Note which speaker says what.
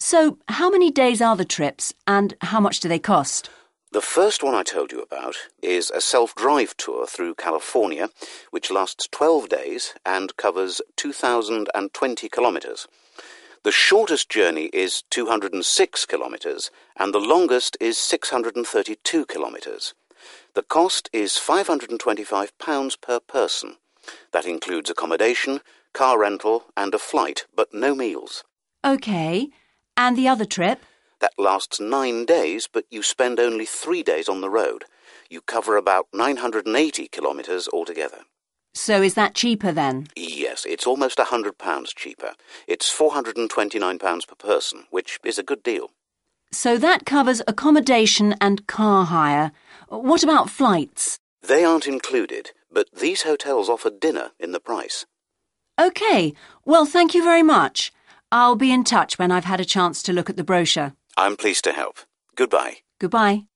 Speaker 1: So, how many days are the trips and how much do they cost?
Speaker 2: The first one I told you about is a self drive tour through California, which lasts 12 days and covers 2,020 kilometres. The shortest journey is 206 kilometres, and the longest is 632 kilometres. The cost is £525 per person. That includes accommodation, car rental, and a flight, but no meals.
Speaker 1: OK. And the other trip?
Speaker 2: That lasts nine days, but you spend only three days on the road. You cover about 980 kilometres altogether.
Speaker 1: So, is that cheaper then?
Speaker 2: Yes, it's almost a £100 cheaper. It's £429 per person, which is a good deal.
Speaker 1: So, that covers accommodation and car hire. What about flights?
Speaker 2: They aren't included, but these hotels offer dinner in the price.
Speaker 1: OK. Well, thank you very much. I'll be in touch when I've had a chance to look at the brochure.
Speaker 2: I'm pleased to help. Goodbye.
Speaker 1: Goodbye.